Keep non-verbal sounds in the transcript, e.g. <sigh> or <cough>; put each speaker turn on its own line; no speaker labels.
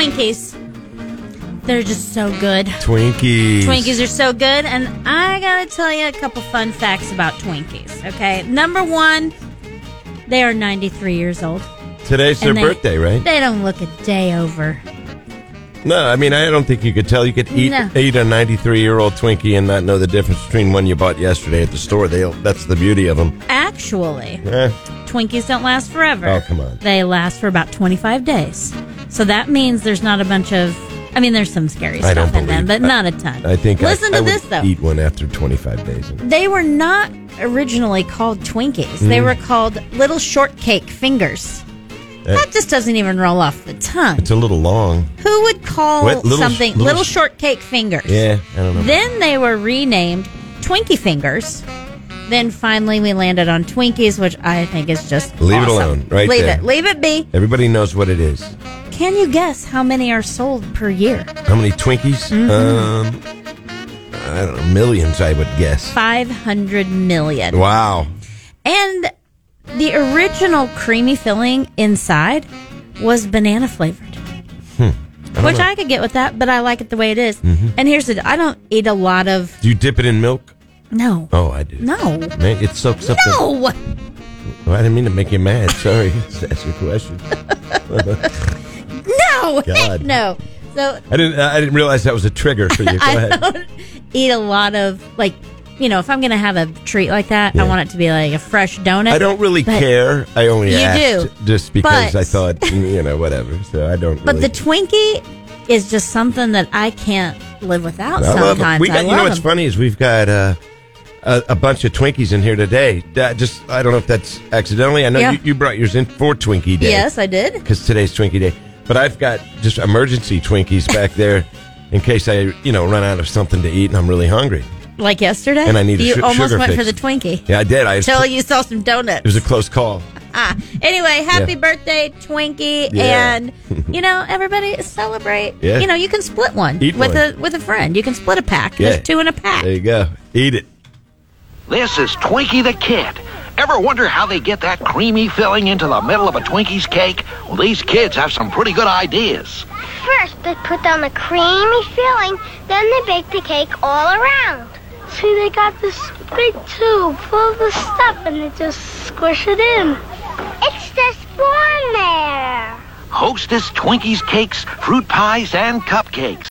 Twinkies. They're just so good.
Twinkies.
Twinkies are so good. And I got to tell you a couple fun facts about Twinkies. Okay. Number one, they are 93 years old.
Today's their
And they-
birthday, right?
They don't look a day over.
No, I mean I don't think you could tell. You could eat
No.
eat a ninety three year old Twinkie and not know the difference between one you bought yesterday at the store. They that's the beauty of them.
Actually,
Eh,
Twinkies don't last forever.
Oh, come on.
They last for about 25 days. So that means there's not a bunch of. I mean, there's some scary
I don't
stuff in them,
believe-
but
I-
not a ton.
I think. I-
Listen
I
to
would
this, though.
Eat one after twenty five days.
They were not originally called Twinkies, they
Hmm.
were called little shortcake fingers. That just doesn't even roll off the tongue.
Eh. It's a little long.
Who would call
What? Little-
something
little-
little, shortcake fingers?
Yeah, I don't know.
Then they were renamed Twinkie Fingers. Then finally we landed on Twinkies, which I think is just
Leave it
awesome.
alone, right
Leave
there.
it. Leave it be.
Everybody knows what it is.
Can you guess how many are sold per year?
How many Twinkies?
Mm-hmm.
Um, I don't know, millions, I would guess.
Five hundred million.
Wow.
And the original creamy filling inside was banana flavored.
Hmm.
Which I could get with that, but I like it the way it is.
Mm-hmm.
And here's the d- I don't eat a lot of
Do you dip it in milk?
no.
Oh, I do.
No.
Man, it soaks up. The,
No.
Well, I didn't mean to make you
<laughs>
mad. Sorry. Just Ask your question.
No. <laughs> Heck
God.
no. So
I didn't. I didn't realize that was a trigger
<laughs>
for you. Go
I
ahead.
don't eat a lot of like you know if I'm gonna have a treat like that, I
Yeah.
want it to be like a fresh donut.
I don't really
But-
care. I only
You
asked
do,
just because
but-
I thought you know whatever. So I don't.
But
really,
the Twinkie is just something that I can't live without.
I love
sometimes
'em. We got,
I
you
love
know what's
'em.
funny is we've got uh, a, a bunch of Twinkies in here today. That just I don't know if that's accidentally. I know
Yeah.
you, you brought yours in for Twinkie Day.
Yes, I did.
because today's Twinkie Day. But I've got just emergency Twinkies
<laughs>
back there in case I, you know, run out of something to eat and I'm really hungry.
Like yesterday,
And I need a
you
su-
almost
sugar
went
fix.
for the Twinkie
Yeah, I did. I
until
it
you saw some donuts.
was a close call.
ah. Anyway, happy
Yeah.
birthday, Twinkie,
Yeah. <laughs>
and you know everybody celebrate.
Yeah.
You know you can split one
Eat
with
one.
a with a friend. You can split a pack.
Yeah.
There's two in a pack.
There you go. Eat it.
This is Twinkie the Kid. Ever wonder how they get that creamy filling into the middle of a Twinkie's cake? Well, these kids have some pretty good ideas.
First, they put down the creamy filling, then they bake the cake all around. See, they got this big tube full of the stuff and they just squish it in. It's just born there.
Hostess Twinkie's cakes, fruit pies, and cupcakes.